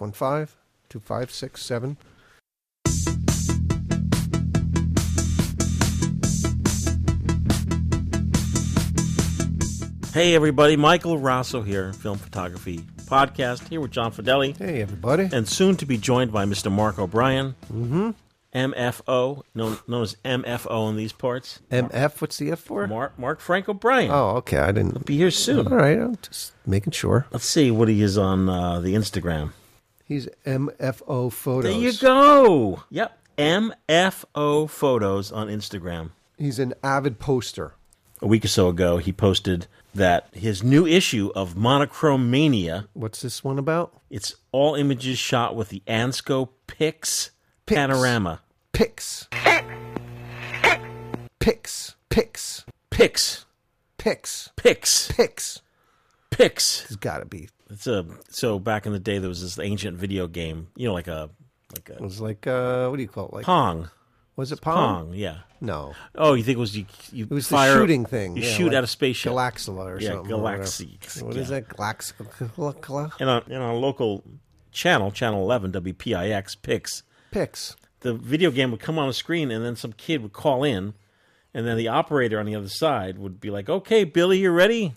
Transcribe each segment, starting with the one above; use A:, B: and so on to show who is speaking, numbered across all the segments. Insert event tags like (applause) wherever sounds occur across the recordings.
A: 615 2567.
B: Hey, everybody, Michael Rosso here, Film Photography Podcast, here with John Fidelli,
A: Hey, everybody.
B: and soon to be joined by Mr. Mark O'Brien, mm-hmm. MFO, known, known as MFO in these parts,
A: MF, what's the F for?
B: Mark, Mark Frank O'Brien.
A: Oh, okay. I didn't.
B: Be here
A: All
B: soon.
A: right. I'm just making sure.
B: Let's see what he is on uh, the Instagram.
A: He's MFO Photos.
B: There you go. Yep. MFO Photos on Instagram.
A: He's an avid poster.
B: A week or so ago, he posted that his new issue of Monochrome Mania,
A: What's this one about?
B: it's all images shot with the Ansco Pix,
A: Pix.
B: panorama.
A: Pics. Pics. Pics.
B: Pix.
A: Pics.
B: Pix.
A: Pics.
B: Pix.
A: It's got to be.
B: It's a so back in the day there was this ancient video game, you know, like a like
A: It
B: a
A: was like, uh, what do you call it? Like,
B: Pong.
A: was it Pong?
B: Pong, yeah.
A: No.
B: Oh, you think it was you you
A: It was
B: fire
A: the shooting thing.
B: You
A: yeah,
B: shoot
A: like
B: out of spaceship.
A: Galaxola or
B: Yeah,
A: something. or whatever.
B: Galaxy.
A: What is
B: Yeah.
A: that? Galax. gla- gla-
B: and on and on a local channel, channel eleven, WPIX Pix,
A: Pics.
B: the video game would come on a screen and then some kid would call in and then the operator on the other side would be like, Okay, Billy, you ready?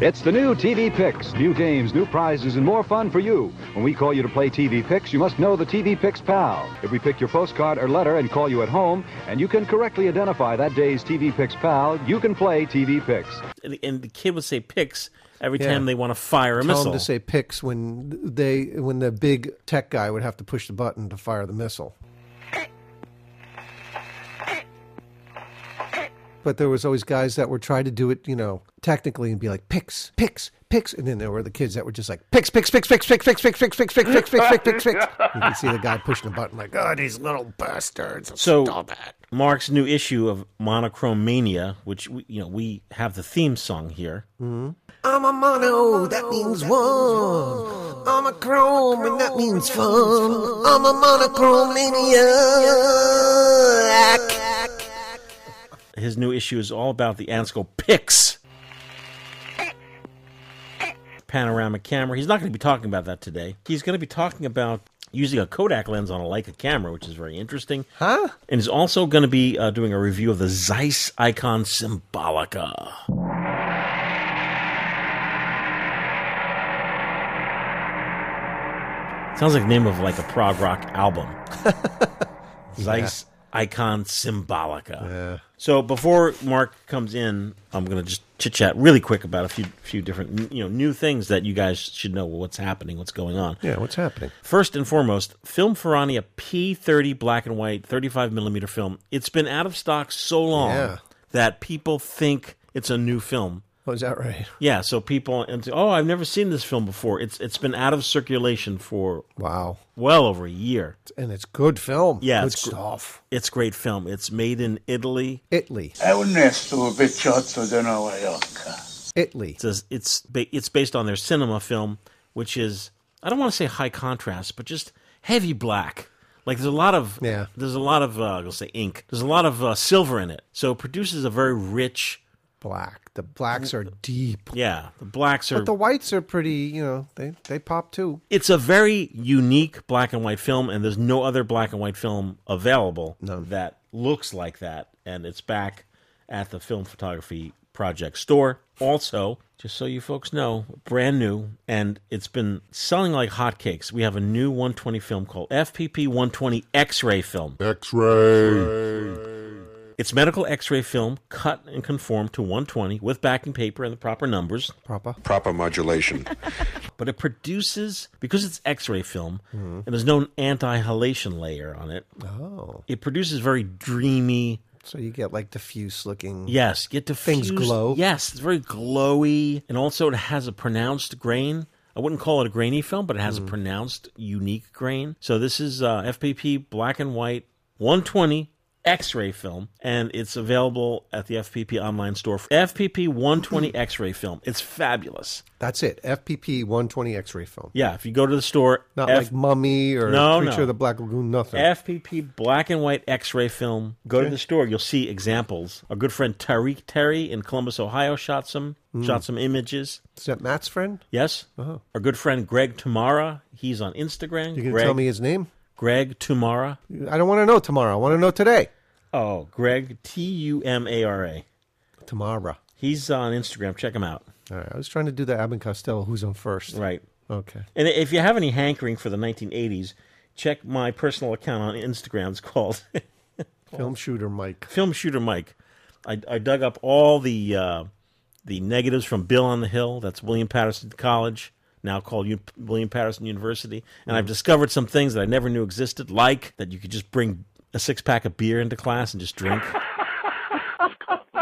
C: It's the new TV Picks. New games, new prizes, and more fun for you. When we call you to play TV Picks, you must know the TV Picks pal. If we pick your postcard or letter and call you at home, and you can correctly identify that day's TV Picks pal, you can play TV Picks.
B: And, and the kid would say Pix every
A: Yeah.
B: time they want to fire a
A: Tell
B: missile.
A: them to say pics when they when the big tech guy would have to push the button to fire the missile. But there was always guys that would try to do it, you know, technically and be like pics, pics, pics, and then there were the kids that were just like pics, pics, pics, pics, pics, pics, pics, pics, pics, pics, pics, pics, pics, pics, (laughs) pics. You could see the guy pushing the button like, oh, these little bastards.
B: So-
A: stop that.
B: Mark's new issue of Monochrome Mania, which we, you know we have the theme song here.
A: I'm a mono, that means one. I'm a chrome, and that means fun. I'm a monochrome maniac.
B: His new issue is all about the Ansco Pix panoramic camera. He's not going to be talking about that today. He's going to be talking about using a Kodak lens on a Leica camera, which is very interesting. Huh? And he's also going to be uh, doing a review of the Zeiss Icon Symbolica. Sounds like the name of like a prog rock album. Zeiss Icon Symbolica. So before Mark comes in, I'm going to just chit chat really quick about a few few different you know new things that you guys should know what's happening, what's going on.
A: Yeah, what's happening?
B: First and foremost, Film Ferrania P30 black and white 35 millimeter film. It's been out of stock so long
A: Yeah.
B: that people think it's a new film.
A: Oh, is that right?
B: Yeah, so people and say, oh, I've never seen this film before. It's it's been out of circulation for
A: Wow.
B: well over a year.
A: And it's good film.
B: Yeah,
A: good
B: it's gr-
A: stuff.
B: It's a great film. It's made in Italy.
A: Italy,
D: È un nesto vecchiotto di New York.
A: Italy.
B: It's a, it's ba- it's based on their cinema film, which is I don't want to say high contrast, but just heavy black. Like there's a lot of
A: Yeah.
B: there's a lot of uh, I'll say ink. There's a lot of uh, silver in it, so it produces a very rich.
A: Black. The blacks are deep.
B: Yeah, the blacks are.
A: But the whites are pretty. You know, they they pop too.
B: it's a very unique black and white film, and there's no other black and white film available that looks like that. And it's back at the Film Photography Project store. Also, just so you folks know, brand new, and it's been selling like hotcakes. We have a new 120 film called FPP 120 X ray film. It's medical X ray film cut and conformed to 120 with backing paper and the proper numbers.
A: Proper.
E: proper modulation.
B: but it produces because it's x-ray film and there's no anti-halation layer on it
A: Oh,
B: it produces very dreamy
A: so you get like diffuse looking.
B: yes get to
A: Things glow.
B: yes it's very glowy and also it has a pronounced grain i wouldn't call it a grainy film but it
A: Hmm.
B: has a pronounced unique grain so this is uh, fpp black and white 120 X-ray film, and it's available at the FPP online store. FPP 120 X-ray film. It's fabulous.
A: That's it. FPP 120 X-ray film.
B: Yeah, if you go to the store,
A: Not
B: F-
A: like Mummy or
B: No,
A: Creature
B: no.
A: of the Black Lagoon. Nothing.
B: FPP black and white X-ray film. Go to the store. You'll see examples. Our good friend Tariq Terry in Columbus, Ohio, shot some
A: Hmm.
B: shot some images.
A: Is that Matt's friend?
B: Yes. Our good friend Greg Tamara. He's on Instagram.
A: Oh. You gonna
B: Greg,
A: tell me his name?
B: Greg Tamara.
A: I don't want to know tomorrow. I want to know today.
B: Oh, Greg T U M A R A.
A: Tomorrow.
B: He's on Instagram. Check him out.
A: All right. I was trying to do the Abbott and Costello. Who's on first?
B: Right.
A: Okay.
B: And if you have any hankering for the 1980s, check my personal account on Instagram. It's called (laughs)
A: Film shooter Mike.
B: Film Shooter Mike. I, I dug up all the uh, the negatives from Bill on the Hill. That's William Patterson College, now called U- William Patterson University. And
A: Mm.
B: I've discovered some things that I never knew existed, like that you could just bring a six pack of beer into class and just drink.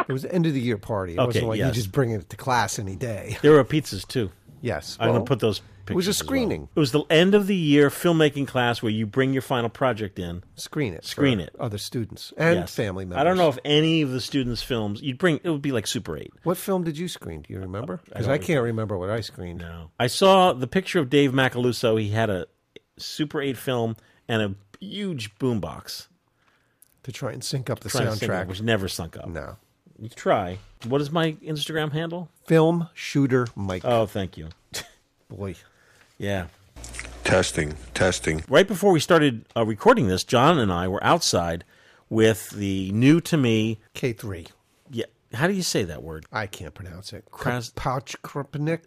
A: It was the end of the year party. It wasn't like
B: yes.
A: you just bring it to class any day.
B: there were pizzas too.
A: Yes.
B: I'm
A: well,
B: going to put those. Pictures
A: It was a
B: as well.
A: screening.
B: It was the end of the year filmmaking class where you bring your final project in.
A: Screen it. for
B: Screen it.
A: Other students and
B: Yes.
A: family members.
B: I don't know if any of the students' films you'd bring. It would be like Super Eight.
A: What film did you screen? Do you remember? Because
B: don't
A: I, can't remember what I screened.
B: No. I saw the picture of Dave Macaluso. He had a Super 8 film and a huge boombox.
A: To try and sync up the
B: Trying to sync up,
A: soundtrack.
B: Which never sunk up.
A: no.
B: You try. What is my Instagram handle?
A: Film shooter Mike.
B: Oh, thank you.
A: Boy.
B: Yeah.
E: Testing, testing.
B: Right before we started uh, recording this, John and I were outside with the new to me.
A: K three.
B: Yeah. How do you say that word?
A: I can't pronounce it.
B: Kras-
A: Pouch
B: (laughs)
A: Krupnik.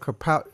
A: Krapout.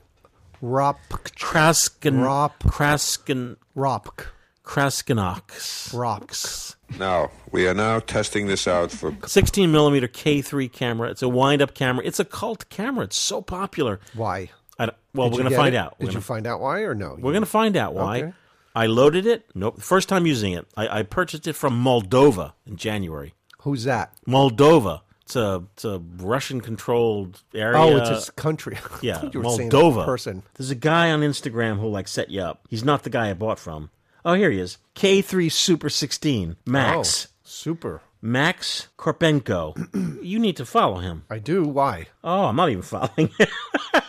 A: Ropk.
B: Kraskin.
A: Rop.
B: Kraskin.
A: Ropk.
B: Kraskinox.
A: Ropks.
E: Now, we are now testing this out for
B: 16 millimeter K3 camera. It's a wind up camera. It's a cult camera. It's so popular.
A: Why?
B: I don't-
A: Did
B: well, Oh, we're
A: you
B: going to
A: get
B: find
A: it?
B: out.
A: Did
B: We're
A: you
B: gonna,
A: find out why or no?
B: we're gonna find out why.
A: Okay.
B: I loaded it. Nope. First time using it. I, I purchased it from Moldova in January.
A: Who's that?
B: Moldova. It's a, it's a Russian controlled area.
A: Oh, it's his country. (laughs) I
B: yeah,
A: thought you were saying
B: Moldova.
A: a person.
B: There's a guy on Instagram who like set you up. He's not the guy I bought from. Oh, here he is. K3 Super 16 Max.
A: Oh. Super.
B: Max Korpenko. (clears throat) you need to follow him.
A: I do. Why?
B: Oh, I'm not even following (laughs) him.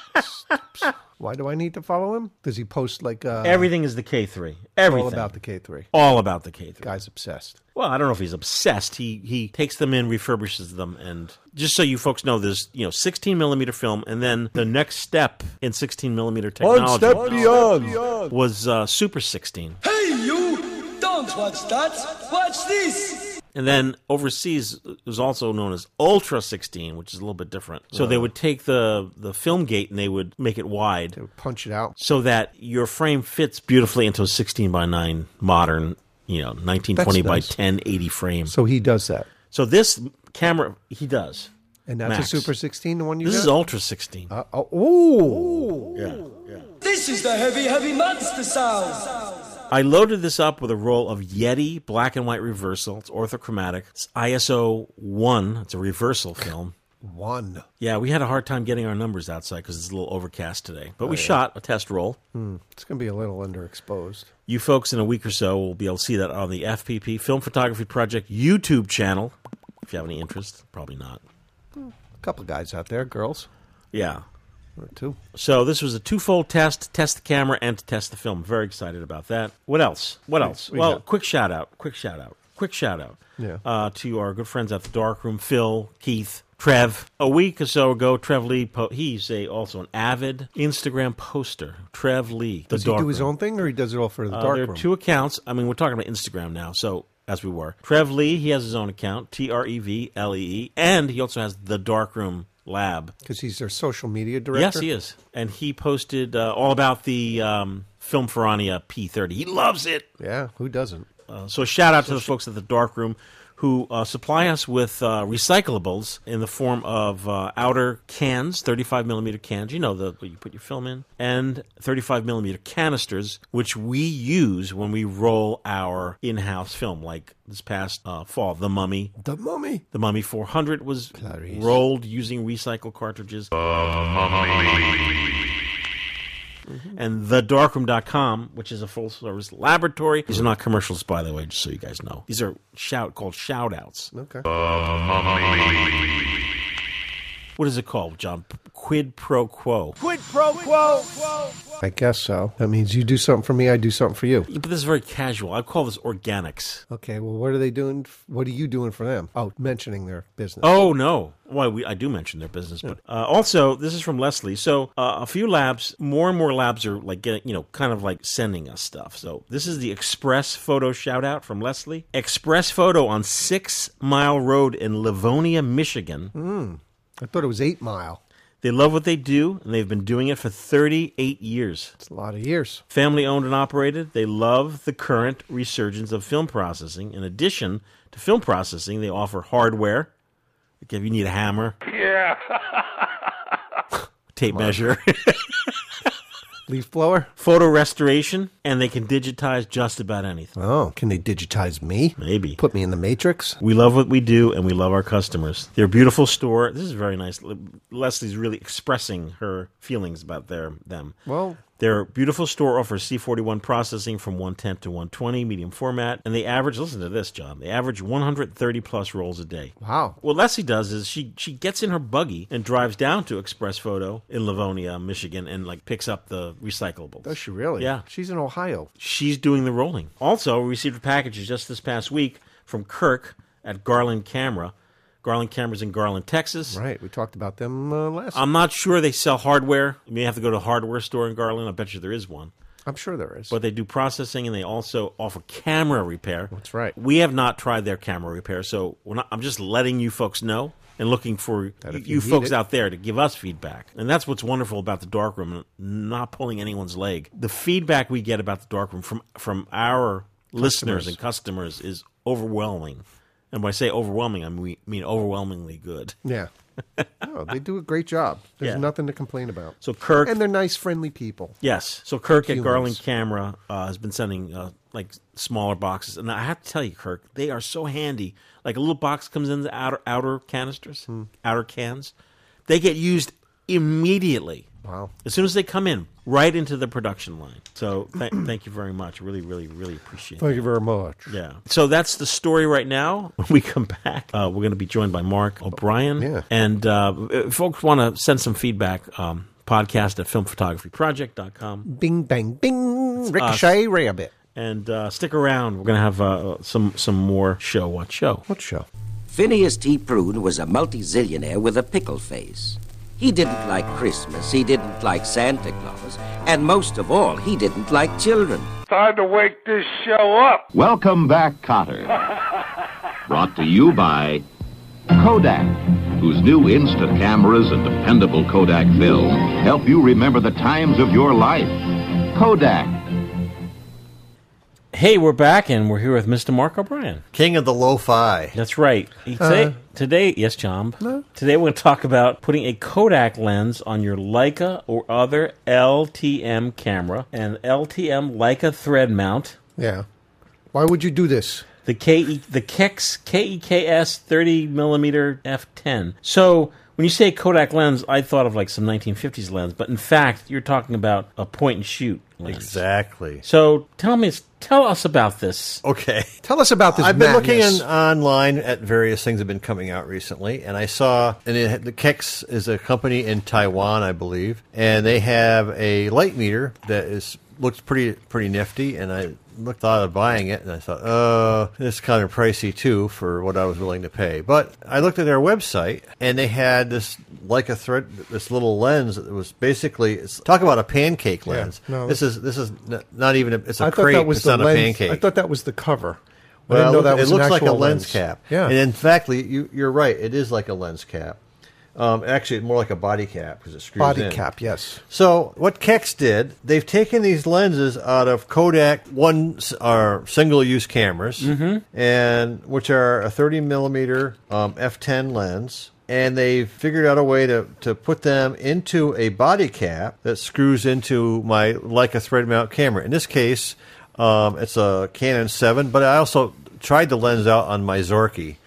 A: Why do I need to follow him? Does he post like uh,
B: Everything is the K3. Everything.
A: all about the K three?
B: all about the K3.
A: Guy's obsessed.
B: Well, I don't know if he's obsessed. He he takes them in, refurbishes them, and just so you folks know, there's you know 16 millimeter film, and then the next step in 16 millimeter technology
A: beyond.
B: was uh, Super 16,
F: Hey, you! Don't watch that! Watch this!
B: and then overseas it was also known as Ultra 16, which is a little bit different. So they would take the the film gate and they would make it wide
A: Punch it out.
B: so that your frame fits beautifully into a 16 by 9 modern, you know, 1920 by
A: nice.
B: 1080 frame.
A: So he does that,
B: So this camera, he does.
A: and that's
B: Max.
A: a Super sixteen. The one you
B: This
A: got.
B: is Ultra 16.
A: Uh, oh, ooh.
F: This is the heavy, heavy monster sound!
B: I loaded this up with a roll of Yeti black and white reversal. It's orthochromatic. It's ISO 1. It's a
A: (laughs)
B: reversal film.
A: one.
B: Yeah, we had a hard time getting our numbers outside because it's a little overcast today. But
A: Oh,
B: we shot a test roll.
A: It's gonna be a little underexposed.
B: You folks in a week or so will be able to see that on the FPP Film Photography Project YouTube channel. If you have any interest, probably not.
A: A couple guys out there, girls uh,
B: Yeah.
A: or two.
B: So this was a twofold test: to test the camera and to test the film. Very excited about that. What else? What else?
A: we
B: well,
A: got?
B: quick shout out! Quick shout out! Quick shout out!
A: Yeah.
B: Uh, to our good friends at the Dark Room, Phil, Keith, Trev. A week or so ago, Trev Lee. Po- he's a also an avid Instagram poster. Trev Lee. The
A: Does he
B: Dark
A: do his
B: Room.
A: own thing, or he does it all for the
B: Uh,
A: dark
B: there are
A: room?
B: two accounts. I mean, we're talking about Instagram now, so as we were. Trev Lee, he has his own account, T R E V L E E, and he also has the Dark Room Lab.
A: Because he's their social media director.
B: Yes, he is. And he posted uh, all about the um, Film Ferrania P30. He loves it.
A: Yeah, who doesn't?
B: Uh, so shout out to the folks at the Dark Room who uh, supply us with uh, recyclables in the form of uh, outer cans, 35 millimeter cans, you know, the what you put your film in, and 35 millimeter canisters, which we use when we roll our in-house film, like this past uh, fall, The Mummy.
A: The mummy.
B: The Mummy 400 was rolled using recycled cartridges. Mm-hmm. and thedarkroom.com, which is a full service laboratory. These are not commercials, by the way, just so you guys know. These are shout called shout outs.
A: Okay.
B: What is it called, John? Quid pro quo.
A: I guess so. That means you do something for me, I do something for you.
B: But this is very casual. I call this organics.
A: Okay, well, what are they doing? f- What are you doing for them? Oh, mentioning their business.
B: Oh no! Why we I do mention their business, but uh, also this is from Leslie. So uh, a few labs, more and more labs are like getting, you know, kind of like sending us stuff. So this is the Express Photo shout out from Leslie. Express Photo on Six Mile Road in Livonia, Michigan.
A: I thought it was Eight Mile.
B: They love what they do, and they've been doing it for 38 years.
A: It's a lot of years.
B: Family owned and operated, they love the current resurgence of film processing. In addition to film processing, they offer hardware. Like if you need a hammer. Yeah. (laughs) tape measure. (laughs)
A: Leaf blower?
B: photo restoration, and they can digitize just about anything.
A: Oh, can they digitize me?
B: Maybe.
A: Put me in the matrix?
B: We love what we do and we love our customers. Their beautiful store. This is very nice. Le- Leslie's really expressing her feelings about their them.
A: Well-
B: their beautiful store offers C41 processing from 110 to 120 medium format and they average listen to this, John. They average 130 plus rolls a day.
A: Wow.
B: What Leslie does is she she gets in her buggy and drives down to Express Photo in Livonia, Michigan and like picks up the recyclables.
A: Does she really?
B: Yeah
A: She's in Ohio.
B: she's doing the rolling. Also, we received packages just this past week from Kirk at Garland Camera. Garland Camera's in Garland, Texas.
A: Right. We talked about them uh, last.
B: I'm not sure they sell hardware. You may have to go to a hardware store in Garland. I bet you there is one.
A: I'm sure there is.
B: But they do processing and they also offer camera repair. That's
A: right.
B: We have not tried their camera repair, so we're not, I'm just letting you folks know and looking for you,
A: if you
B: you
A: need
B: folks
A: it.
B: out there to give us feedback. And that's what's wonderful about the darkroom, n- not pulling anyone's leg. The feedback we get about the darkroom from from our listeners and customers is overwhelming. And when I say overwhelming, I mean, mean overwhelmingly good.
A: yeah. (laughs) no, they do a great job. There's
B: Yeah.
A: nothing to complain about.
B: So Kirk
A: and they're nice, friendly people.
B: Yes. So Kirk
A: Humans.
B: at Garland Camera uh, has been sending uh, like smaller boxes, and I have to tell you, Kirk, they are so handy. Like a little box comes in the outer outer canisters,
A: Hmm.
B: outer cans. They get used immediately.
A: Wow.
B: As soon as they come in, right into the production line. So th- thank (clears throat) you very much. Really, really, really appreciate it.
A: Thank you very much.
B: Yeah. So that's the story right now. When we come back, uh, we're going to be joined by Mark O'Brien.
A: Yeah.
B: And uh, if folks want to send some feedback, um, podcast at filmphotographyproject.com.
A: Bing, bang, bing. Ricochet rabbit.
B: and uh, stick around. We're gonna have uh, some some more show. What show?
A: What show?
G: Phineas T. Prune was a multi-zillionaire with a pickle face. He didn't like Christmas, he didn't like Santa Claus, and most of all, he didn't like children.
D: Time to wake this show up.
H: Welcome back, Cotter. Brought to you by Kodak, whose new instant cameras and dependable Kodak film help you remember the times of your life. Kodak.
B: Hey, we're back, and we're here with Mr. Mark O'Brien.
I: King of the lo-fi.
B: That's right. Today, today yes, Chomp. Today we're gonna talk about putting a Kodak lens on your Leica or other LTM camera, an LTM Leica thread mount.
A: Yeah. Why would you do this?
B: The KE the Kex E KEKS 30 millimeter f10. So when you say Kodak lens, I thought of like some 1950s lens, but in fact, you're talking about a point and shoot lens.
I: Exactly.
B: So tell me, tell us about this.
I: Okay.
A: Tell us about this.
I: I've been looking
A: madness.
I: in, online at various things that have been coming out recently, and I saw, and it, had- the Kex is a company in Taiwan, I believe, and they have a light meter that is looks pretty pretty nifty, and I looked thought of buying it, and I thought, uh, this is kind of pricey too for what I was willing to pay. But I looked at their website, and they had this like a thread, this little lens that was basically it's, talk about a pancake lens.
A: no.
I: this is this is n- not even a, it's a
A: I thought
I: crepe.
A: that was
I: it's
A: the
I: not
A: lens.
I: a pancake.
A: I thought that was the cover. I
I: Well,
A: didn't know
I: it
A: that
I: look-
A: was
I: it
A: an
I: looks like a
A: actual
I: lens, cap.
A: Yeah.
I: And in fact, Lee, you, you're right. It is like a lens cap. Um, actually, more like a body cap because it screws
A: body
I: in.
A: cap. Yes.
I: So what Kex did, they've taken these lenses out of Kodak one s- or single-use cameras, and which are a 30 millimeter um, f10 lens, and they figured out a way to, to put them into a body cap that screws into my Leica thread mount camera. In this case, um, it's a Canon 7, but I also tried the lens out on my Zorky.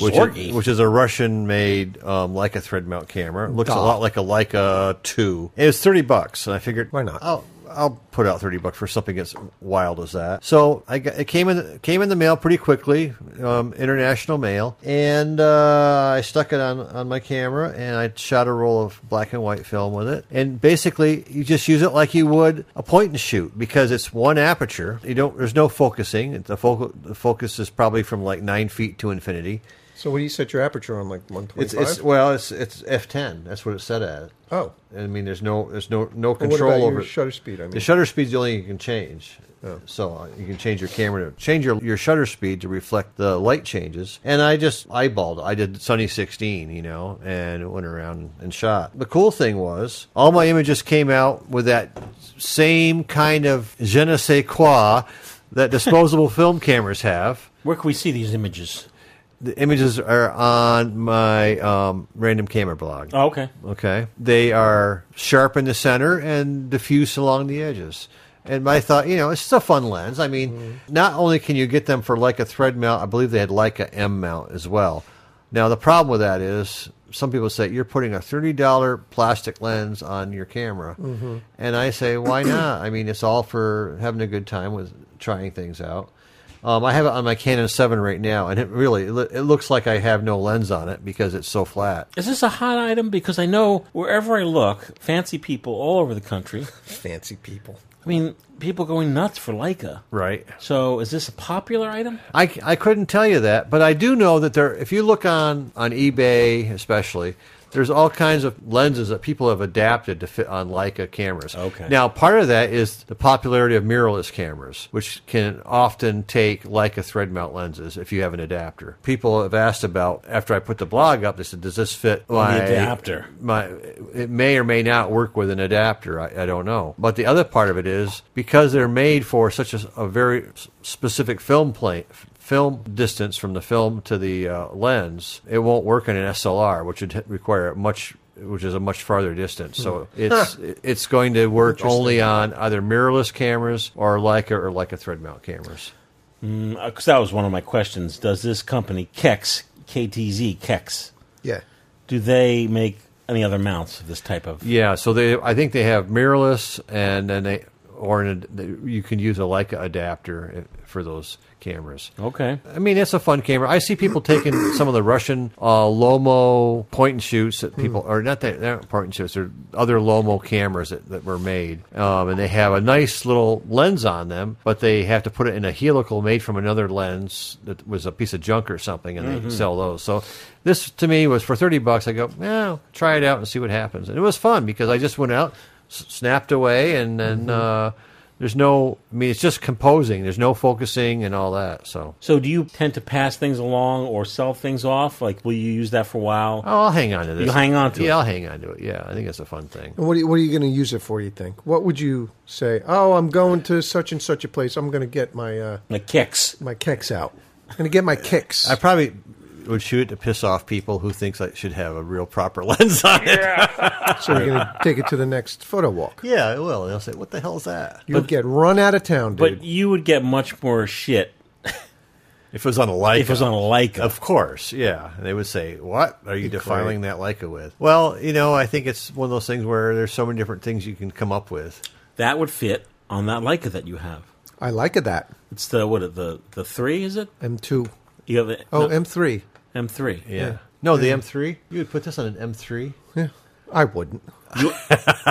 I: which
B: Zorgi.
I: is, which is a Russian-made um, Leica thread mount camera. It looks a
A: Duh.
I: lot like a Leica two. And it's thirty bucks, and I figured
A: Why not?
I: I'll I'll put out thirty bucks for something as wild as that. So I got, it came in came in the mail pretty quickly, um, international mail, and uh, I stuck it on on my camera and I shot a roll of black and white film with it. And basically, you just use it like you would a point and shoot because it's one aperture. You don't there's no focusing. The focal the focus is probably from like nine feet to infinity.
A: So what do you set your aperture on? Like one
I: It's,
A: twenty-five.
I: it's well, it's it's f ten. That's what it's set at.
A: Oh.
I: I mean, there's no there's no no
A: Well, what
I: control
A: about your
I: over it.
A: shutter speed, I mean? Oh.
I: the shutter speed's the only thing you can change. So uh, you can change your camera to change your your shutter speed to reflect the light changes. And I just eyeballed. it. I did Sunny 16, you know, and went around and shot. The cool thing was all my images came out with that same kind of je ne sais quoi
A: (laughs)
I: that disposable film cameras have
B: Where can we see these images?
I: the images are on my um, random camera blog.
B: Oh, okay.
I: Okay. They are sharp in the center and diffuse along the edges. And I thought, you know, it's just a fun lens. I mean, not only can you get them for Leica thread mount, I believe they had Leica M mount as well. Now, the problem with that is some people say you're putting a $30 plastic lens on your camera. And I say, why not? I mean, it's all for having a good time with trying things out. Um, I have it on my Canon 7 right now, and it really it loo- it looks like I have no lens on it because it's so flat.
B: Is this a hot item? Because I know wherever I look, fancy people all over the country.
A: fancy people.
B: I mean, people going nuts for Leica.
I: Right.
B: So is this a popular item?
I: I, I couldn't tell you that, but I do know that there. If you look on on eBay, especially, there's all kinds of lenses that people have adapted to fit on Leica cameras.
B: Okay.
I: Now, part of that is the popularity of mirrorless cameras, which can often take Leica thread mount lenses if you have an adapter. People have asked about after I put the blog up. They said, "Does this fit my
B: adapter.
I: my it may or may not work with an adapter. I, I don't know. But the other part of it is because they're made for such a, s- a very s- specific film plane. Film distance from the film to the uh, lens, it won't work in an SLR, which would h- require a much, which is a much farther distance. So it's it's going to work only on either mirrorless cameras or Leica or Leica thread mount cameras.
B: Because Mm, uh, that was one of my questions. Does this company Kex KTZ Kex
A: Yeah.
B: do they make any other mounts of this type of?
I: Yeah, so they I think they have mirrorless and then they or an, ad- you can use a Leica adapter eh, for those cameras.
B: Okay.
I: I mean, it's a fun camera. I see people taking some of the Russian uh, Lomo point and shoots that people, or not that they're not point and shoots, they're other Lomo cameras that, that were made. Um, and they have a nice little lens on them, but they have to put it in a helical made from another lens that was a piece of junk or something, and they sell those. So this to me was for 30 bucks. I go, yeah, try it out and see what happens. And it was fun because I just went out, s- snapped away, and then. Uh, there's no, I mean, it's just composing. There's no focusing and all that. So
B: So do you tend to pass things along or sell things off? Like, will you use that for a while?
I: Oh, I'll hang on to this.
B: You hang on to
I: yeah,
B: it.
I: Yeah, I'll hang on to it. Yeah, I think it's a fun thing.
A: And what are you, what are you going to use it for? You think? What would you say? Oh, I'm going to such and such a place. I'm going to get my uh,
B: Like Kex.
A: my kicks out. I'm going to
I: (laughs)
A: get my kicks.
I: I probably would shoot it to piss off people who thinks I should have a real proper (laughs) lens on it.
A: so you're going to take it to the next photo walk.
I: (laughs) Yeah, it will. They'll say, "What the hell is that?"
A: You'll get run out of town, dude.
B: But you would get much more shit
I: If it was on a Leica,
B: if it was on a Leica.
I: Of course, yeah. They would say, "What are you defiling that Leica with?" Well, you know, I think it's one of those things where there's so many different things you can come up with.
B: That would fit on that Leica that you have.
A: I like it that
B: It's the what? The the three is it?
A: M2.
B: You have the,
A: Oh,
B: no,
A: M3.
B: M three.
I: Yeah. No, the M3. You would put this on an M3.
A: Yeah, I wouldn't.
B: (laughs) You,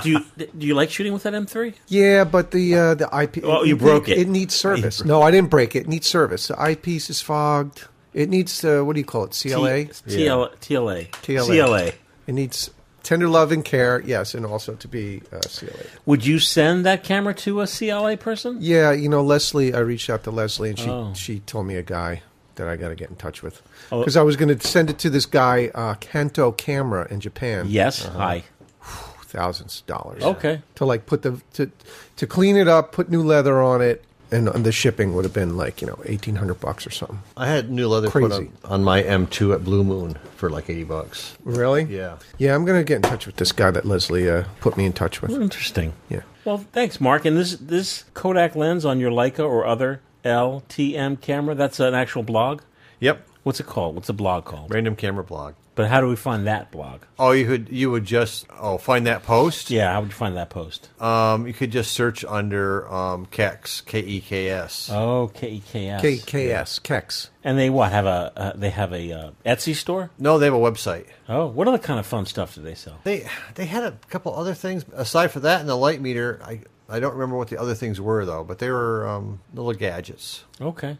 B: do you do you like shooting with that M three?
A: Yeah, but the uh, the IP.
B: Oh, you broke it.
A: It needs service. No, I didn't break it. It needs service. The eyepiece is fogged. It needs uh, what do you call it? CLA.
B: TL, TLA.
A: TLA.
B: CLA.
A: It needs tender love and care. Yes, and also to be uh, CLA.
B: Would you send that camera to a CLA person?
A: Yeah, you know, Leslie. I reached out to Leslie, and she
B: Oh.
A: she told me a guy that I got to get in touch with because I was going to send it to this guy uh, Kanto Camera in Japan.
B: Yes. Hi.
A: thousands of dollars.
B: Okay.
A: To like put the to to clean it up, put new leather on it, and, and the shipping would have been like you know eighteen hundred bucks or something.
I: I had new leather put
A: Crazy.
I: on, on my M2 at Blue Moon for like 80 bucks.
A: Really?
I: Yeah.
A: Yeah, I'm gonna get in touch with this guy that Leslie uh, put me in touch
B: Hmm.
A: with.
B: Interesting.
A: Yeah.
B: Well, thanks, Mark. And this this Kodak lens on your Leica or other LTM camera. That's an actual blog.
I: Yep.
B: What's it called? What's the blog called?
I: Random camera blog.
B: But how do we find that blog?
I: Oh, you could you would just oh find that post.
B: Yeah, how would you find that post?
I: Um, you could just search under um, Keks K E K S.
B: Oh, K E K S.
A: KKS, Kex.
B: And they what have a uh, they have a uh, Etsy store?
I: No, they have a website.
B: Oh, what other kind of fun stuff do they sell?
I: They they had a couple other things aside from that and the light meter. I I don't remember what the other things were though, but they were um, little gadgets.
B: Okay.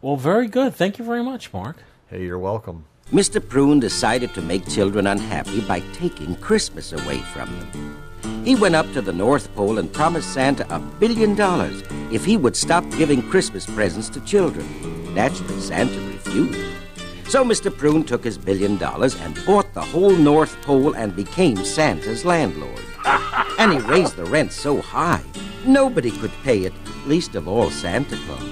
B: Well, very good. Thank you very much, Mark.
I: Hey, you're welcome.
G: Mr. Prune decided to make children unhappy by taking Christmas away from them. He went up to the North Pole and promised Santa a billion dollars if he would stop giving Christmas presents to children. Naturally, Santa refused. So Mr. Prune took his billion dollars and bought the whole North Pole and became Santa's landlord. and he raised the rent so high, nobody could pay it, least of all Santa Claus.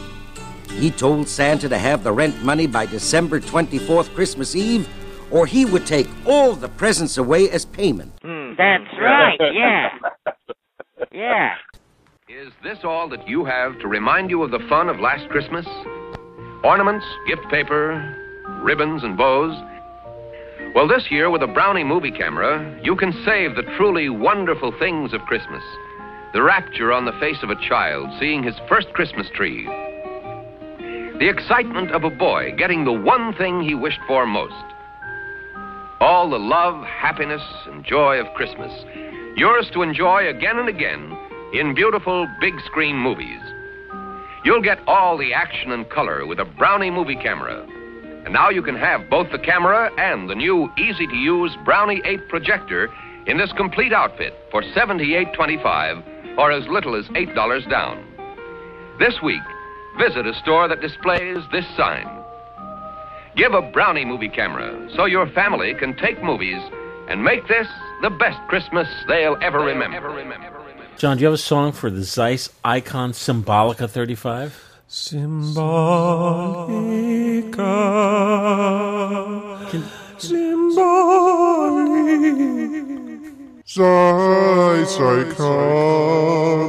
G: He told Santa to have the rent money by December 24th, Christmas Eve, or he would take all the presents away as payment.
J: That's right, yeah. Yeah.
K: Is this all that you have to remind you of the fun of last Christmas? Ornaments, gift paper, ribbons, and bows? Well, this year, with a Brownie movie camera, you can save the truly wonderful things of Christmas. The rapture on the face of a child seeing his first Christmas tree. The excitement of a boy getting the one thing he wished for most. All the love, happiness, and joy of Christmas. Yours to enjoy again and again in beautiful big screen movies. You'll get all the action and color with a Brownie movie camera. And now you can have both the camera and the new easy to use Brownie 8 projector in this complete outfit for $78.25 or as little as $8 down. This week, visit a store that displays this sign. Give a Brownie movie camera so your family can take movies and make this the best Christmas they'll ever remember.
B: John, do you have a song for the Zeiss Icon Symbolica 35?
A: Symbolica.
B: Can-
L: Zeiss Icon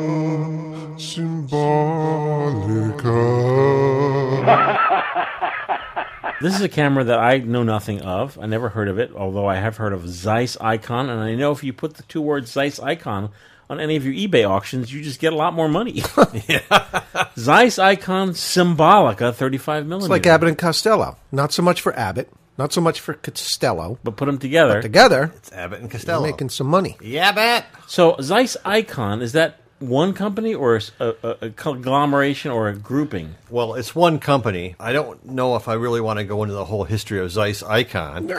L: Symbolica.
B: This is a camera that I know nothing of. I never heard of it, although I have heard of Zeiss Icon, and I know if you put the two words Zeiss Icon on any of your eBay auctions, you just get a lot more (laughs) money. Zeiss Icon Symbolica 35 millimeter.
A: It's like Abbott and Costello. Not so much for Abbott, not so much for Costello.
B: but put them together.
A: Together,
I: It's Abbott and
A: they're
I: Costello.
A: making some money.
I: yeah, bet.
B: So Zeiss Icon is that one company or a, a- a conglomeration or a grouping?
I: Well, it's one company. I don't know if I really want to go into the whole history of Zeiss Icon,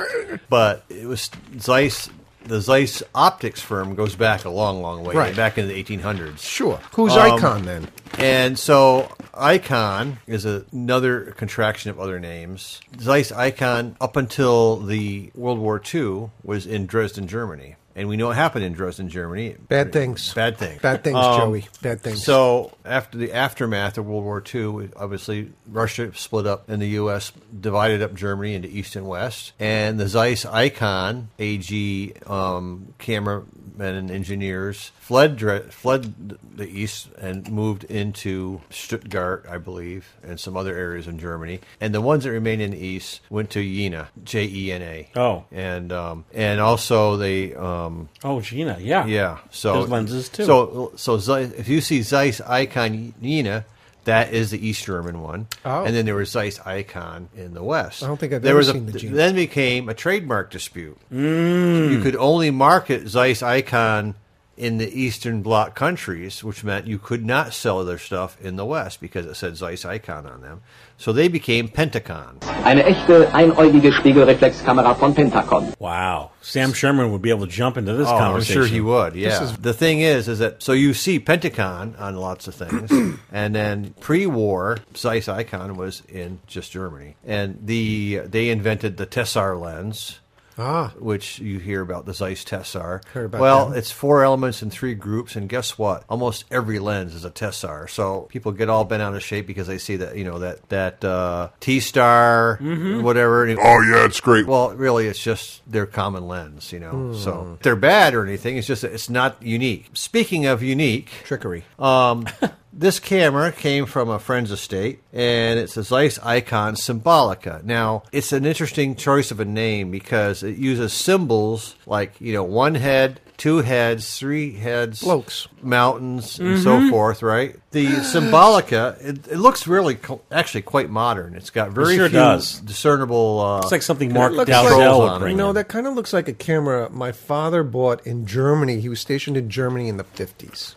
I: but it was Zeiss. The Zeiss optics firm goes back a long, long way,
A: Right.
I: back into the 1800s.
A: Sure. Who's
I: Um,
A: Icon then?
I: And so Icon is a- another contraction of other names. Zeiss Icon, up until the World War II, was in Dresden, Germany. And we know what happened in Dresden, Germany.
A: Bad things.
I: Bad things.
A: Bad things,
I: Um,
A: Joey. Bad things.
I: So after the aftermath of World War II, obviously Russia split up and the U.S. divided up Germany into East and West. And the Zeiss Icon AG um, cameramen and engineers fled Dre- fled the East and moved into Stuttgart, I believe, and some other areas in Germany. And the ones that remained in the East went to Jena, J E N A.
B: Oh.
I: and um, and also they um,
B: Oh, Gina, yeah,
I: yeah. So
B: There's lenses, too.
I: So so Zeiss, if you see Zeiss Icon Nina, that is the East German one.
A: Oh.
I: And then there was Zeiss Icon in the West.
A: I don't think I've
I: there
A: ever
I: was a,
A: seen the Mm. Gina.
I: Then became a trademark dispute. You could only market Zeiss Icon in the Eastern Bloc countries, which meant you could not sell their stuff in the West because it said Zeiss Icon on them. So they became Pentacon.
M: Eine echte einäugige Spiegelreflexkamera von Pentacon.
B: Wow, Sam Sherman would be able to jump into this
I: Oh, I'm
B: conversation.
I: sure he would. Yeah.
A: is-
I: the thing is, is that so you see Pentacon on lots of (clears throat) things, and then pre-war Zeiss Icon was in just Germany, and the they invented the Tessar lens.
A: Ah.
I: Which you hear about the Zeiss Tessar.
A: Heard about
I: well,
A: them.
I: it's four elements in three groups, and guess what? Almost every lens is a Tessar. So people get all bent out of shape because they see that you know that that uh, T star, whatever. and-
L: Oh, yeah, it's great.
I: well, really, it's just their common lens, you know. So if they're bad or anything. It's just that it's not unique. Speaking of unique,
A: Trickery.
I: um, This camera came from a friend's estate, and it's a Zeiss Icon Symbolica. Now, it's an interesting choice of a name because it uses symbols like, you know, one head, two heads, three heads,
A: Blokes.
I: mountains, and so
A: Mhm.
I: forth, right? The Symbolica, it, it looks really, co- actually quite modern. It's got very
B: sure
I: few
B: does.
I: discernible. Uh,
B: It's like something
I: kinda
B: Mark
I: looks
B: Dowdell
I: controls
B: would
I: on it.
B: bring
A: No, that kind of looks like a camera my father bought in Germany. He was stationed in Germany in the 50s.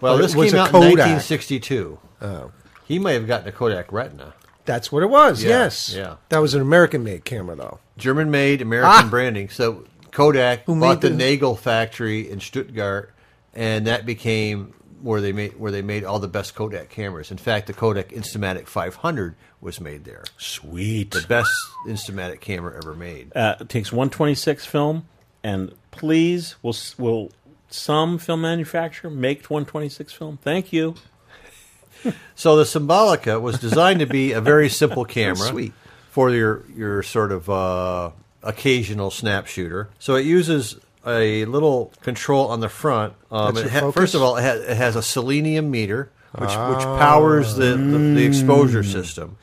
I: Well,
A: But
I: this
A: it was
I: came
A: a
I: out in
A: Kodak.
I: 1962. Oh. He may have gotten a Kodak Retina.
A: That's what it was,
I: Yeah,
A: yes.
I: yeah.
A: That was an American made camera, though.
I: German made, American
A: Ah!
I: branding. So Kodak
A: Who made
I: bought the
A: the-
I: Nagel factory in Stuttgart, and that became where they made where they made all the best Kodak cameras. In fact, the Kodak Instamatic 500 was made there.
B: Sweet,
I: the best Instamatic camera ever made.
B: Uh, it takes 126 film, and please, will s- will some film manufacturer make 126 film? Thank you.
I: So the Symbolica was designed to be a
A: (laughs)
I: very simple camera
B: Sweet.
I: for your your sort of uh, occasional snap shooter. So it uses a little control on the front. Um,
A: That's your
I: it ha-
A: focus?
I: first of all, it, ha- it has a selenium meter, which which
A: Ah.
I: powers the, the, the exposure
A: Mm.
I: system.